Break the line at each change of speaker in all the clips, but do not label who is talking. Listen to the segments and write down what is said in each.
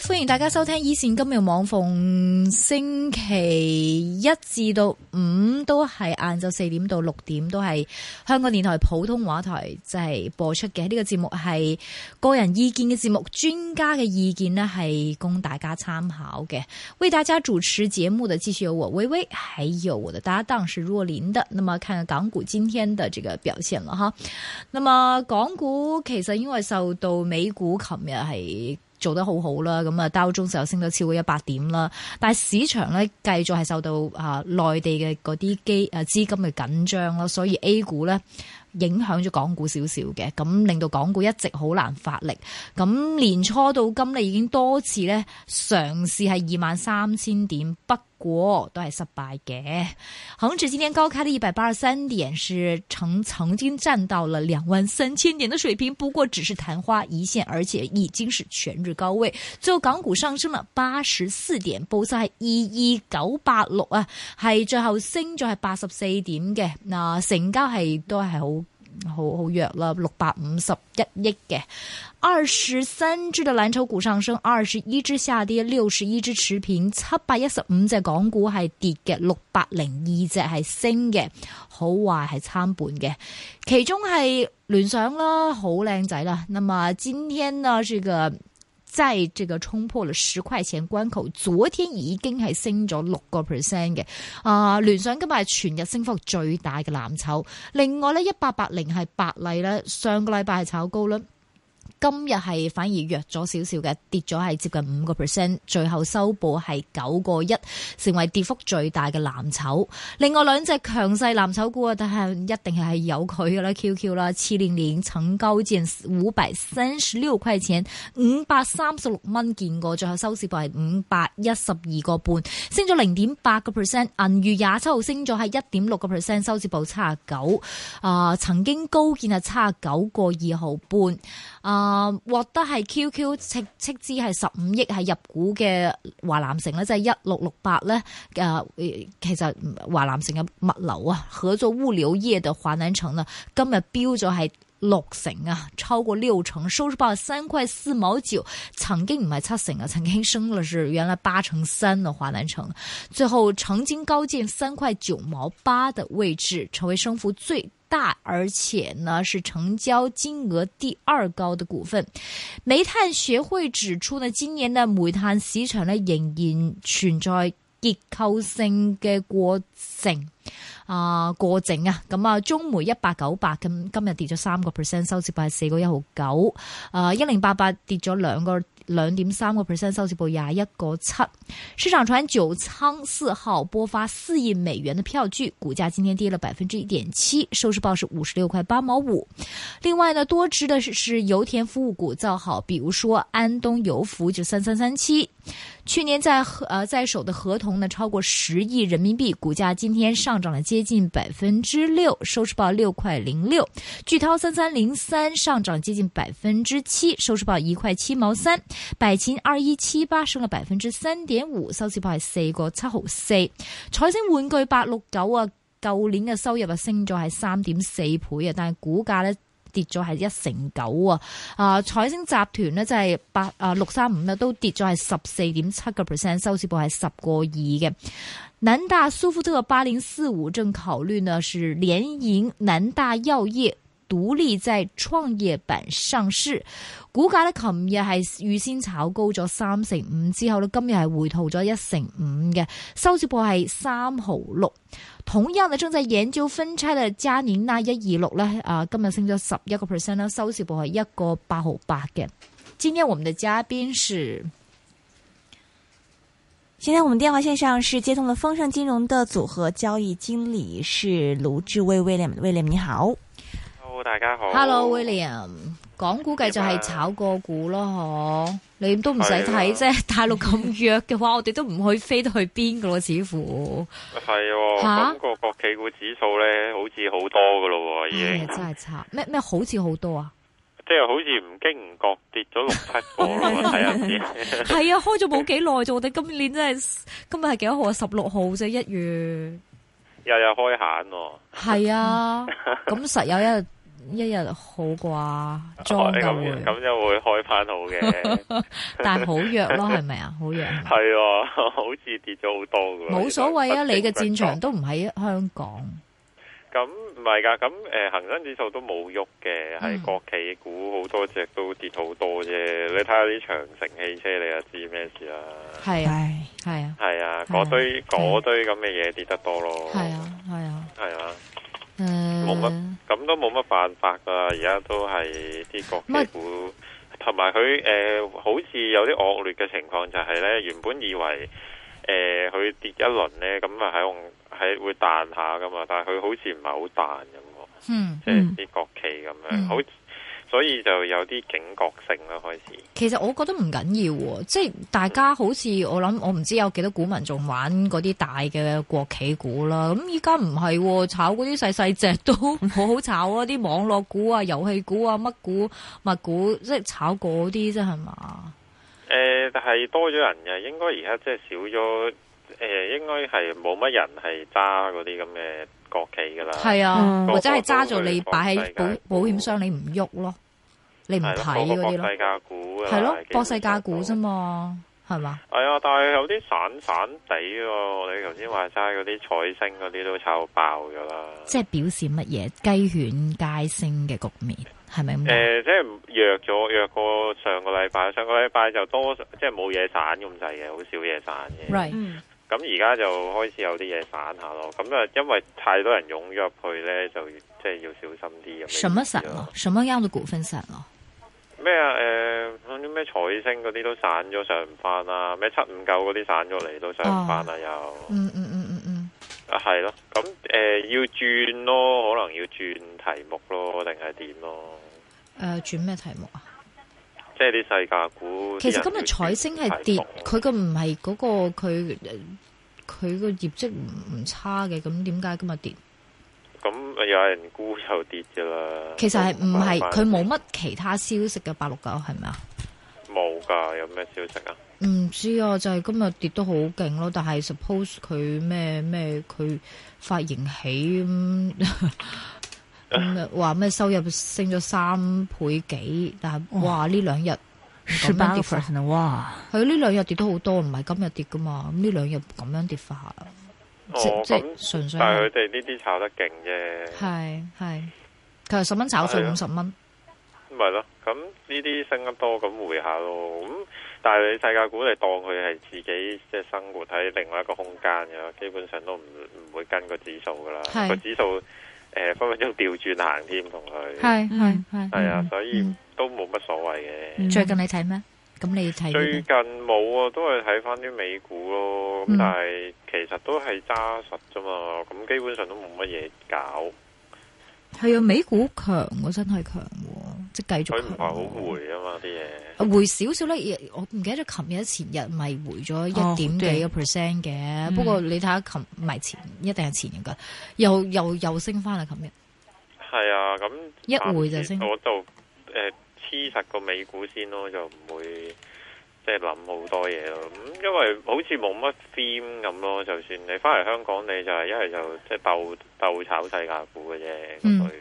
歡迎大家收聽依線金融網，逢星期一至到五都係晏晝四點到六點，都係香港電台普通話台就係播出嘅。呢、個節目係個人意見嘅節目，專家嘅意見呢係供大家參考嘅。為大家主持節目的繼續有我微微，還有我的搭檔是若琳的。那麼看看港股今天的這個表現啦，哈。那麼啊港股其實因為受到美股琴日係做得好好啦，咁啊道中就升到超過一百點啦。但係市場咧繼續係受到啊內地嘅嗰啲基啊資金嘅緊張啦，所以 A 股咧影響咗港股少少嘅，咁令到港股一直好難發力。咁年初到今咧已經多次咧嘗試係二萬三千點，不過都係失敗嘅。恒指今天高開的一百八十三點，是曾曾經站到了兩萬三千點的水平，不過只是曇花一現，而且已經是全日高位。最後港股上升啦八十四點，報晒係二二九八六啊，係最後升咗係八十四點嘅。嗱、成交係都係好。好好弱啦，六百五十一億嘅，二十三隻嘅藍籌股上升，二十一隻下跌，六十一隻持平，七百一十五隻港股係跌嘅，六百零二隻係升嘅，好壞係參半嘅。其中係聯想啦，好靚仔啦。那麼今天呢，這個在這個衝破了十塊錢關口，昨天已經係升咗六個 percent 嘅。啊，聯想今日係全日升幅最大嘅藍籌。另外呢，一八八零係百麗咧，上個禮拜係炒高啦。今日係反而弱咗少少嘅，跌咗係接近五個 percent，最後收報係九個一，成為跌幅最大嘅藍籌。另外兩隻強勢藍籌股啊，但係一定係有佢嘅啦，QQ 啦，七零零曾高見五百三十六塊錢，五百三十六蚊見過，最後收市價係五百一十二個半，升咗零點八個 percent。銀娛廿七號升咗係一點六個 percent，收市報七十九，啊曾經高見係七十九個二毫半。啊、獲得係 QQ 斥斥資係十五億係入股嘅華南城咧，即係一六六八咧。誒，其實華南城嘅物流啊，合作物流業嘅華南城啊，今日飆咗係。六成啊，超過六成，收市報三塊四毛九，曾經唔係七成啊，曾經升了是原來八成三啊，華南城最後曾經高見三塊九毛八的位置，成為升幅最大，而且呢是成交金額第二高的股份。煤炭學會指出呢，今年嘅煤炭市場呢仍然存在結構性嘅過剩。啊過剩啊，咁啊中煤一八九八咁今日跌咗三個 percent，收市報係四個一毫九。啊一零八八跌咗兩個兩點三個 percent，收市報廿一個七。市場傳九倉四號撥發四億美元的票據，股價今天跌了百分之一點七，收市報是五十六塊八毛五。另外呢，多隻的是是油田服務股造好，比如說安東油服就三三三七，去年在合呃在手的合同呢超過十億人民幣，股價今天上漲了接近百分之六，收市報六塊零六。巨滔三三零三上漲接近百分之七，收市報一塊七毛三。百錢二一七八升咗百分之三點五，收市報係四個七毫四。彩星玩具八六九啊，舊年嘅收入啊升咗係三點四倍啊，但係股價咧。跌咗係一成九啊！啊，彩星集團呢，就係八啊六三五咧都跌咗係十四點七個 percent，收市報係十個二嘅。南大蘇富特八零四五正考慮呢是聯營南大藥業獨立在創業板上市，股價呢，琴日係預先炒高咗三成五之後呢，今日係回吐咗一成五嘅，收市報係三毫六。同樣呢，正在研究分拆嘅嘉年納一二六呢，啊，今日升咗十一個 percent 啦，收市報係一個八毫八嘅。今天我們的嘉賓是
现在我们电话线上是接通了丰盛金融的组合交易经理是卢志威 William，William 你好。
Hello，大家好。
Hello William，港股繼續係炒個股咯，嗬，你都唔使睇啫。大陸咁弱嘅話，我哋都唔去飛得去邊噶咯，似乎。
係喎，
吓
咁個國企股指數咧，好似好多噶咯喎，已
唉
經，
真係慘！咩咩好似好多啊？
即係好似唔經唔覺跌咗六七個咯喎，睇 下先。
係啊，開咗冇幾耐啫。我哋今年真係今日係幾多號啊？十六號啫，一月。
日日開閒喎，
係啊，咁實有一日一日好啩，
哦
裝
你
夠
咁
會，
咁又會開翻好嘅， 係
但係好弱咯，係咪 啊？好弱係咪，
喎，好似跌咗好多㗎喎。
冇所謂啊！
其實
你嘅
不
戰
經不覺
場都唔喺香港，
咁唔係㗎，咁誒、呃、恒生指數都冇喐
嗯
嘅，係國企股好多隻都跌好多啫。你睇下啲長城汽車，你就知咩事啦。
係啊，
唉，
係啊，
係啊，
係啊
嗰
係
堆
啊
嗰堆咁嘅嘢跌得多咯。
係啊，係啊，
係啊，
誒，
冇乜咁都冇乜辦法㗎。而家都係啲國
乜
企股，同埋佢誒好似有啲惡劣嘅情況，就係咧原本以為誒佢、跌一輪咧，咁啊喺喺會彈下㗎嘛，但係佢好似唔係好彈咁喎。
嗯，
即係啲國企咁
嗯
樣，好，所以就有啲警覺性啦，開始
其實我覺得唔緊要喎，即係大家好似我諗，我唔知有幾多股民仲玩嗰啲大嘅國企股啦。咁依家唔係喎，炒嗰啲細細隻都 好好炒啊！啲網絡股啊、遊戲股啊、乜股、物股，即係炒嗰啲啫，係嘛？
誒，呃但係多咗人嘅，應該而家即係少咗誒，應該係冇乜人係揸嗰啲咁嘅國企噶啦，
係啊，
嗯
或者係揸住你擺喺保保險箱，你唔喐咯，你唔
係
睇
啦個
嗰
個
啲
博
咯，
世界股㗎啦
係咯
啊基，本
博世界股啫
上都
嘛，係嘛？
係啊，但係有啲散散地喎，我哋頭先話齋嗰啲彩星嗰啲都炒爆㗎啦，
即係表示乜嘢雞犬皆升嘅局面，係咪咁
誒、
講？
呃即係弱咗，弱過上個禮拜，上個禮拜就多，即係冇嘢散咁滯嘅，好少嘢散嘅。
Right
嗯
咁而家就開始有啲嘢散下咯，咁啊，因為太多人湧入去咧，就即係要小心啲咁嘅意思 咯。
什麼散啊了？什麼樣的股份散了？
咩啊？誒、嗰啲咩彩星嗰啲都散咗上唔翻啦，咩七五九嗰啲散咗嚟都上唔翻啦，又
嗯嗯嗯嗯嗯，
啊係咯，咁誒、呃要轉咯，可能要轉題目咯，定係點咯？
誒、呃轉咩題目啊？
即係啲世界股。
其實
啲
今
人要
日彩星啊係
轉題
跌
目，
佢個唔係嗰個佢呃佢個業績唔唔差嘅，咁點解今日跌？
咁有人沽又跌噶啦。
其實係唔係
慢慢
佢冇乜其他消息嘅八六九係咪啊？
冇㗎？有咩消息啊？
唔知啊，就係、今日跌得好勁咯，但係 suppose 佢咩咩佢發盈喜咁咁啊話咩收入升咗三倍幾，但係哇呢兩日。
十八個 percent 哇，
係啊呢兩日跌得好多，唔係今日跌噶嘛？咁呢兩日咁樣跌法，即
哦，
即
咁
係純粹
但係佢
係
哋呢啲炒得勁啫，
係係，佢係十蚊炒
係
上
啊
五十蚊，
咪咯。咁呢啲升得多，咁回下咯。咁但係你世界股，你當佢係自己即係生活喺另外一個空間嘅，基本上都唔唔會跟個指數噶啦。
係
個指數誒、呃分分鐘調轉行添，同佢
係
嗯
係
係啊
嗯，
所以
嗯
都冇乜所謂嘅。
嗯
最近你睇咩？咁你睇
最
啲咩
近冇啊，都係睇翻啲美股咯。咁
嗯
但係其實都係揸實啫嘛。咁基本上都冇乜嘢搞。
係啊，美股強喎，真係強喎，即係繼
佢
續強
唔係好回啊嘛啲嘢。
喎，回少少咧。我唔記得咗琴日前日咪回咗一
哦
點幾
對
個 percent 嘅，
嗯
不過你睇下琴唔係前，一定係前日噶，又又又升翻啦，琴日。
係啊，咁
一回就升
暫時我就誒黐實個美股先咯，就唔會即係諗好多嘢咯。咁因為好似冇乜 theme 咁咯，就算你翻嚟香港，你就係一係就即係鬥鬥炒世界股嘅啫，
嗯
咁去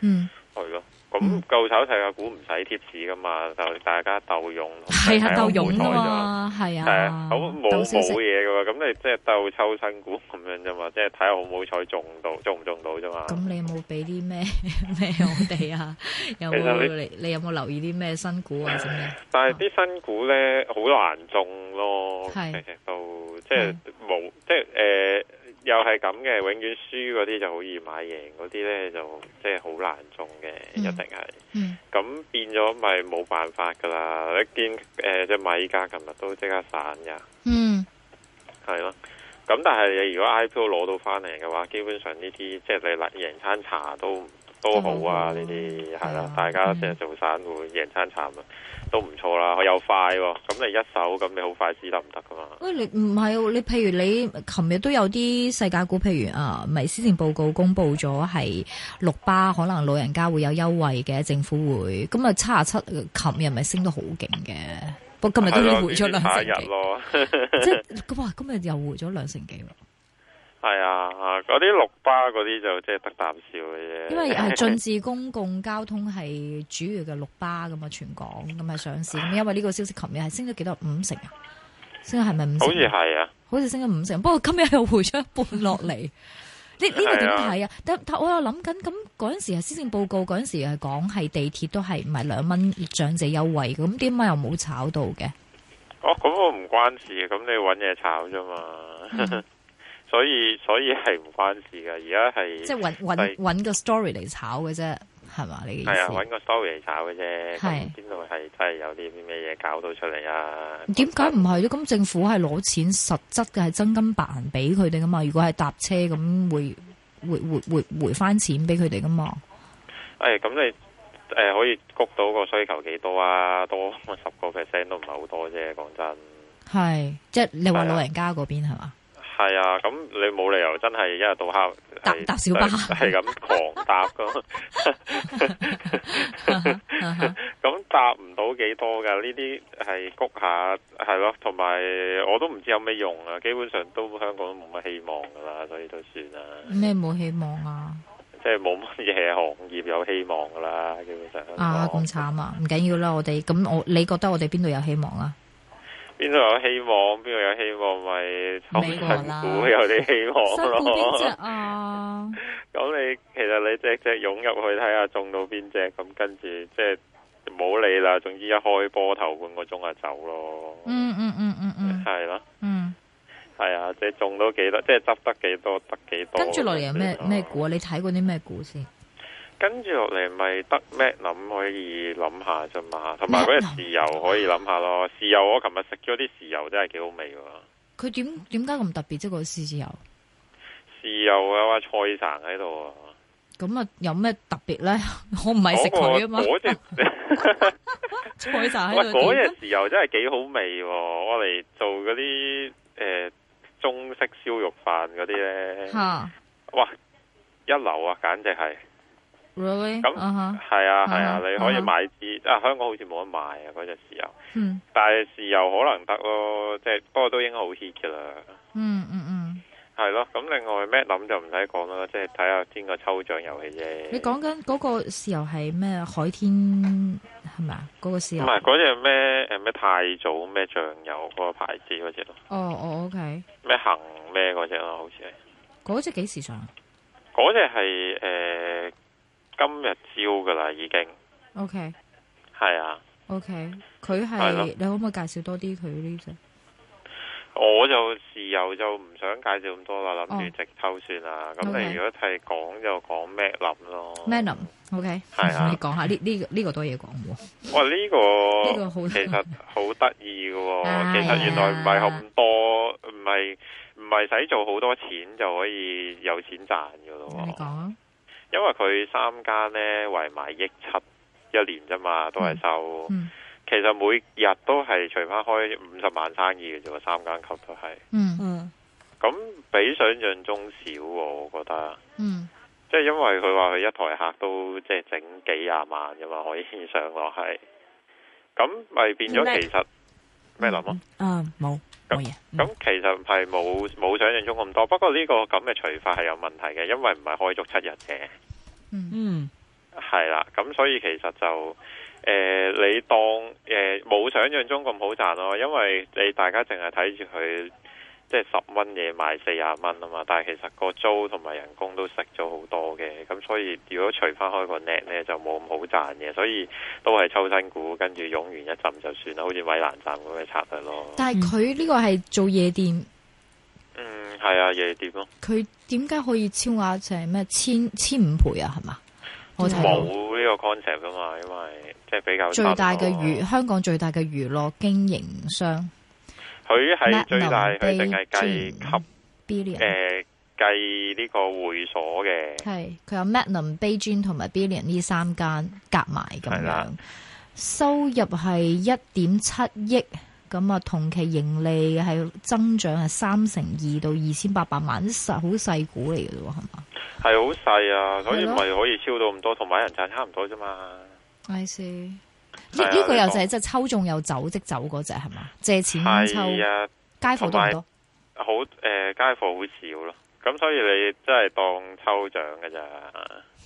嗯，
去咯。咁
嗯
夠炒世界股唔使貼士噶嘛，就大家鬥用，
係啊，鬥勇
噶
噶。嘛，係
係啊
啊，，
咁冇
鬥消
冇
息
嘢噶嘛，咁你即係鬥抽新股咁樣啫嘛，即係睇下好唔好彩中到，中唔中到啫嘛。
咁你有冇俾啲咩 咩我哋啊？有
其實
冇你你有冇留意啲咩新股 啊？或者咩？
但係啲新股咧好難中咯，其
係
實都即係冇，即係誒、呃又係咁嘅，永遠輸嗰啲就好易買，贏嗰啲咧就即係好難中嘅，
嗯
一定係。
嗯，
咁變咗咪冇辦法噶啦，你見誒只米價琴日都即刻散㗎，
嗯，
係咯。咁但係你如果 IPO 攞到翻嚟嘅話，基本上呢啲即係你嚟贏餐茶都都好啊！呢啲係
係
啦
啊，
大家
嗯
即係做散户贏餐茶咪都唔錯啦。佢又快喎，咁你一手咁你好快知得唔得噶嘛？
喂，你唔係喎你譬如你琴日都有啲世界股，譬如啊，咪施政報告公布咗係六巴可能老人家會有優惠嘅，政府會咁啊七啊七，琴日咪升得好勁嘅，不過今日都
係咯
回咗兩
呢啲打
成
一日
幾，
咯。
即係哇，今日又回咗兩成幾喎。
係啊，啊嗰啲綠巴嗰啲就即係得啖笑嘅 啫。
因為 係進至公共交通係主要嘅綠巴咁啊，全港咁係上 市。咁因為呢個消息，琴日係升咗幾多？五成啊？升咗係咪五成？
好似係啊，
好似升咗五成，不過今日又回咗一半落 嚟。呢呢個點睇啊？但但我又諗緊，咁嗰陣時係施政報告嗰陣時係講係地鐵都係唔係兩蚊長者優惠嘅，咁點解又冇炒到嘅？
哦咁我唔關事，咁你揾嘢炒啫嘛。
嗯
所以所以係唔關事嘅，而家係
即係揾揾揾個 story 嚟炒嘅啫，係嘛？你嘅意
係啊，
思
揾？個 story 嚟炒嘅啫。
係
咁邊度係真係有啲啲咩嘢搞到出嚟啊？
點解唔係咧？咁政府係攞錢實質嘅係真金白銀俾佢哋噶嘛？如果係搭車咁，會會會會回翻錢俾佢哋噶嘛？
誒，哎咁、你誒、呃可以谷到個需求幾多啊？多 十個 percent 都唔係好多啫，講真。
係即係你話
係啊
老人家嗰邊係 嘛？
係啊，咁你冇理由真係一日到黑
搭
係
搭小巴
係咁狂搭噶，
啊哈
咁搭唔到幾多噶？呢啲係谷下係咯，同埋我都唔知有咩用啊！基本上都香港都冇乜希望噶啦，所以都算啦，
咩冇希望 啊？
即係冇乜嘢行業有希望噶啦，基本
啊
上香港
咁慘啊！唔緊要啦，我哋咁我你覺得我哋邊度有希望啊？
邊度有希望，邊度有希望咪抽
美國啦
新股有啲希望咯。
啊？
咁你其實你隻隻湧入去睇下中到邊隻，咁跟住即係冇理啦。總之一開波頭半個鐘就走咯。
嗯嗯嗯嗯嗯
係啦，
嗯，
係啊，即係中到幾多，即係執得幾多得幾多。
跟住落嚟有咩咩？股啊？你睇過啲咩股先？
跟住落嚟咪得咩諗可以諗下啫嘛，同埋嗰隻豉油可以諗下咯。豉油我琴日食咗啲豉油真係幾好味喎。
佢點點解咁特別啫？個獅子油
豉油有啊，菜神喺度啊。
咁啊，有咩特別咧？ 我唔係食佢啊嘛，
嗰個嗰隻。
菜就
喂，
喺度
嗰
點啊。
隻豉油真係幾好味喎！我嚟做嗰啲誒中式燒肉飯嗰啲咧，
吓
哇一流啊，簡直係！
，really
咁
啊哈，
係啊係
啊
啊，
哈
你可以
啊哈
買支啊，香港好似冇得賣啊嗰隻豉油，
嗯
但係豉油可能得咯，即係不過都應該好 hit 噶啦。
嗯嗯嗯，
係咯，咁另外咩諗就唔使講啦，即係睇下邊個抽獎遊戲啫。
你講緊嗰個豉油係咩？海天係咪啊？嗰個豉
唔
油，
係嗰隻咩誒咩太祖咩醬油嗰個牌子嗰隻咯，
哦哦，OK，
咩恒咩嗰隻咯，好似係。
嗰隻幾時上啊
嗰只係诶今日招噶啦，已經
？OK
係啊，
OK，佢
係咯
係你可唔可以介紹多啲佢呢隻？
我就豉油就唔想介紹咁多啦，諗
哦
住直抽算啦。咁
OK
你如果係講就講咩林咯
Madam。OK，
哦係啊哦
你講下呢呢個呢個多嘢講喎。
哇呢、個
呢個好
其實好得意噶喎，
啊
其實原來唔係
係啊
咁多，唔係唔係使做好多錢就可以有錢賺噶咯
你講
喎。
啊，
因為佢三間呢，圍埋億七一年啫嘛，都係收。
嗯
其實每日都係除翻開五十萬生意嘅啫喎，三間級都係，
嗯
嗯
咁比想象中少喎，我覺得。
嗯
即係因為佢話佢一台客都即係整幾廿萬噶嘛，可以上落係，咁咪變咗其實咩諗啊？
啊冇冇嘢，嗯
咁其實係冇冇想象中咁多，不過呢個咁嘅除法係有問題嘅，因為唔係開足七日嘅。
嗯
嗯
係啦，咁所以其實就诶、呃你當诶冇、想象中咁好賺咯，因為你大家淨係睇住佢即係十蚊嘢賣四廿蚊啊嘛，但係其實個租同埋人工都食咗好多嘅，咁所以如果除翻開個 net 咧就冇咁好賺嘅，所以都係抽新股跟住湧完一陣就算啦，好似米蘭站咁嘅策略咯。
但係佢呢個係做夜店，
嗯，係啊，夜店咯，
佢點解可以超額就係咩千千五倍啊？係嘛？我睇
冇
到
呢個 concept 噶嘛，因為即係比較
最大嘅
新咯
娛香港最大嘅娛樂經營商
佢係最大，
Magnum
佢淨係計
Beijing
級
Billion
誒計呢個會所嘅，
嗯係佢有 Magnum、Beijing 同埋 Billion 呢三間夾埋咁
係啦
樣，收入係一點七億。咁啊，同期盈利係增長係三成二到二千八百萬，啲細好細股嚟嘅啫喎，係嘛
係好細啊，所以
係咯
咪可以超到咁多，同買人賺差唔多啫嘛。
？I see。呢
係啊
呢個又就係
你
即係抽中又走即走嗰只係嗯嘛？借錢抽
係啊，
街貨多唔多？
好誒、街貨好少咯。咁所以你真係當抽獎嘅咋？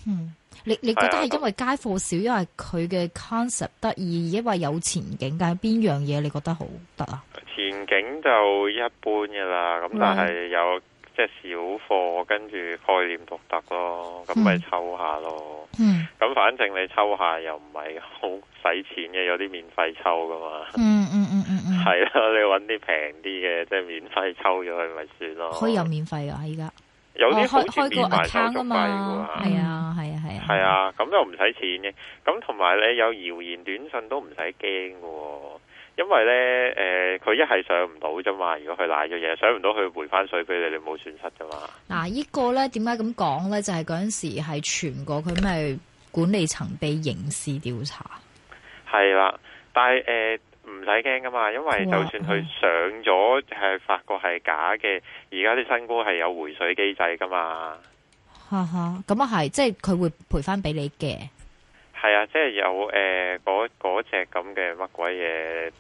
嗯，你你覺得
係啊
係因為街貨少，因為佢嘅 concept 得意，因為有前景，但係邊樣嘢你覺得好得啊？
前景就一般嘅啦，
嗯
咁但係有即係小貨，跟住概念獨特咯，咁咪
嗯
抽下咯。
嗯
咁反正你抽下又唔係好使錢嘅，有啲免費抽噶嘛。
嗯嗯嗯嗯嗯，
係啊啦，你揾啲平啲嘅，即係免費抽咗佢咪算咯。
可以有免費噶，依家
有
哦
啲好
開
似
開
免
個
埋手
account
續
啊
費
嘛，
㗎
係啊係啊係啊，
係，啊，咁就唔使錢嘅。咁同埋你有謠言短信都唔使驚嘅喎，因為呢，誒、佢一係上唔到啫嘛。如果佢賴咗嘢，上唔到佢回翻水俾你，你冇損失啫嘛。
嗱，依個咧點解咁講咧？就係嗰陣時係傳過佢咪管理層被刑事調查。
係啦，但係誒唔使驚噶嘛，因為就
哇
算佢上咗係發覺係假嘅，而家啲新股係有回水機制噶嘛。
嗯
哈哈，咁啊係，即係佢會賠翻俾你嘅。
係啊，即係有誒嗰嗰只咁嘅乜鬼嘢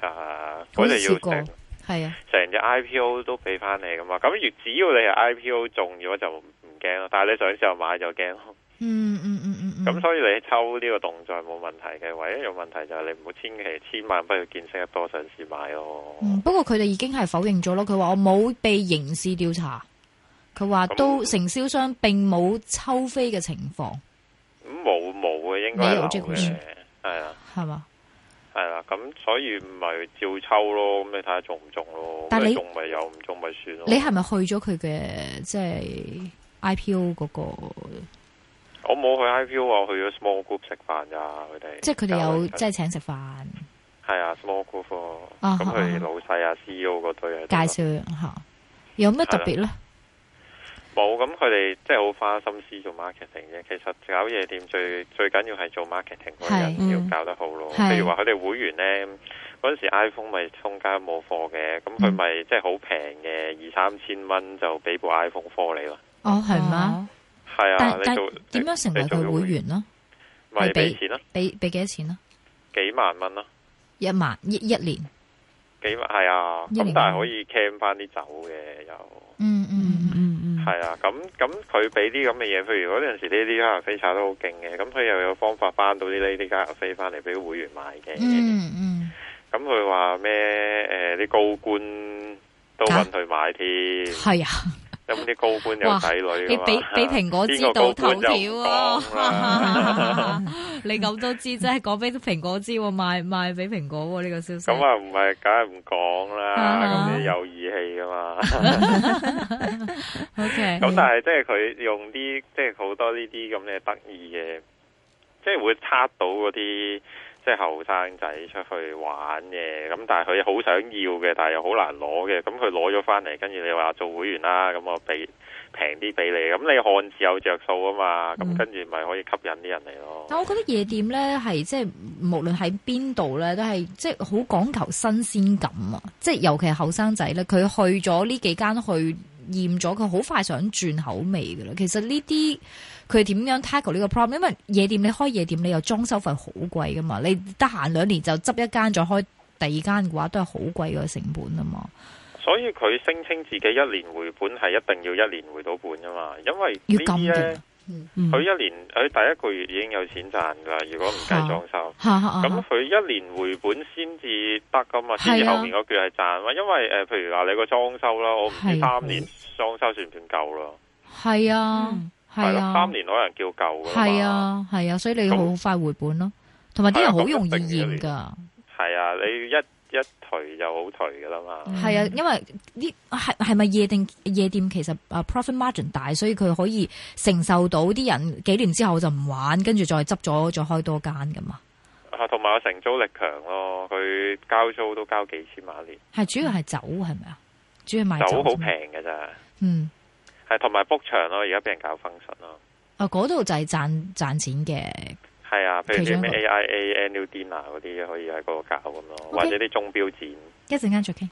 啊，
好
嗰
似
只
試
要
過
成
係啊，
成只 IPO 都俾翻你噶嘛。咁越只要你係 IPO 中咗就唔唔驚咯，但係你上市後買就驚咯。
嗯嗯嗯嗯嗯。
咁、所以你抽呢個動作係冇問題嘅，唯一有問題就係你唔好千祈千萬不要見識得多上市買咯。
嗯，不過佢哋已經係否認咗咯。佢話我冇被刑事調查，佢話
咁
都承銷商並冇抽飛嘅情況，
咁冇冇嘅，應該
你
係
有
流
即係好
嘅
似，
係啊
係嘛？
係啊，咁所以咪照抽咯，咁你睇下中唔中咯，
但
咁
你
你中咪有，唔中咪算咯。
你係咪去咗佢嘅即係 IPO 嗰、個？
我冇去 IPO 啊，我去咗 small group 食飯咋，佢哋
即係佢哋有即係
係
請食飯
係啊 small group 咯
啊
咁
啊啊
佢老細啊 CEO 嗰堆啊
介紹吓，有咩特別咧？
冇，咁佢哋即係好花心思做 marketing 嘅。其實搞夜店最最緊要係做 marketing 嗰個人
係
要搞得好咯。
嗯
譬如話佢哋會員呢，嗰陣時 iPhone 咪中間冇貨嘅，咁佢
嗯
咪即係好平嘅，二三千蚊就俾部 iPhone 4你咯。
哦，係嘛？
哦
係
但
啊，你
但
做
點樣成為
你做
佢
咗
會員咯？
咪
係俾
俾錢咯，
俾俾幾多錢咯？
幾萬蚊咯，
一萬一一年？
幾萬係啊。
一
咁
年
但
啊
係可以 cam 翻啲酒嘅又。
嗯
嗯
嗯嗯
嗯嗯，
係啊，咁咁佢俾啲咁嘅嘢，譬如嗰陣時呢啲咖啡炒得好勁嘅，咁佢又有方法翻到啲呢啲咖啡翻嚟俾會員買嘅。
嗯嗯，
咁佢話咩？誒啲高官都揾佢買添，
係啊！
咁啲高官有仔女
你
㗎嘛
俾俾蘋果知道頭條
邊個高官就 唔講
啊
啦！
你咁都知，真係講俾蘋果知喎，賣賣俾蘋果喎呢個消息。
咁啊，唔係，梗係唔講啦。
啊
咁你有義氣噶嘛？
O K，
咁但係即係佢用啲即係好多呢啲咁嘅得意嘅，即係會撻到嗰啲即係後生仔出去玩嘅，咁但係佢好想要嘅，但係又好難攞嘅，咁佢攞咗翻嚟，跟住你話做會員啦，咁我俾平啲俾你，咁你看似有着數啊嘛，
嗯
咁跟住咪可以吸引啲人嚟咯。
但我覺得夜店咧係即係無論喺邊度咧，都係即係好講求新鮮感啊！即係尤其係後生仔咧，佢去咗呢幾間去厭咗，佢好快想轉口味噶啦。其實呢啲佢點樣 tackle 呢個 problem？因為夜店你開夜店，你又裝修費好貴噶嘛，你得閒兩年就執一間再開第二間嘅話，都係好貴嘅成本啊嘛。
所以佢聲稱自己一年回本係一定要一年回到本噶嘛，因為
要
呢
咁啊
啲
嘅
呢，，
嗯
佢一年佢第一個月已經有錢賺噶啦，如果唔計裝修。
嚇嚇
咁
嚇
佢一年回本先至得噶嘛，先至
啊係啊
後面嗰句係賺嘛。因為誒、呃譬如話你個裝修啦，我唔知
係啊
三年裝修算唔算夠咯？
係啊
嗯
係
係
咯，
啊
三。年可能叫夠噶嘛。
係，啊，係啊，所以你好
咁
快回本咯。同埋啲人好容易
係啊咁一定
厭
嘅
噶，
係啊，你一一頹就好頹噶啦嘛。
嗯
係啊，因為呢係係咪夜店夜店其實啊 profit margin 大，所以佢可以承受到啲人幾年之後就唔玩，跟住再執咗再開多間噶嘛。
啊，同埋個承租力強咯，佢交租都交幾千萬一年，
係主要係酒係咪啊？主要賣
酒
酒
好
啫嘛。
平嘅咋。
嗯，
係同埋 book 場咯，而家俾人搞 function 咯。
啊嗰度就係賺賺錢嘅。
係啊，譬如
其中
啲
一個
咩 AIA、Annual Dinner 嗰啲可以喺嗰度搞咁咯，
OK
或者啲鐘錶展。
一陣間再傾。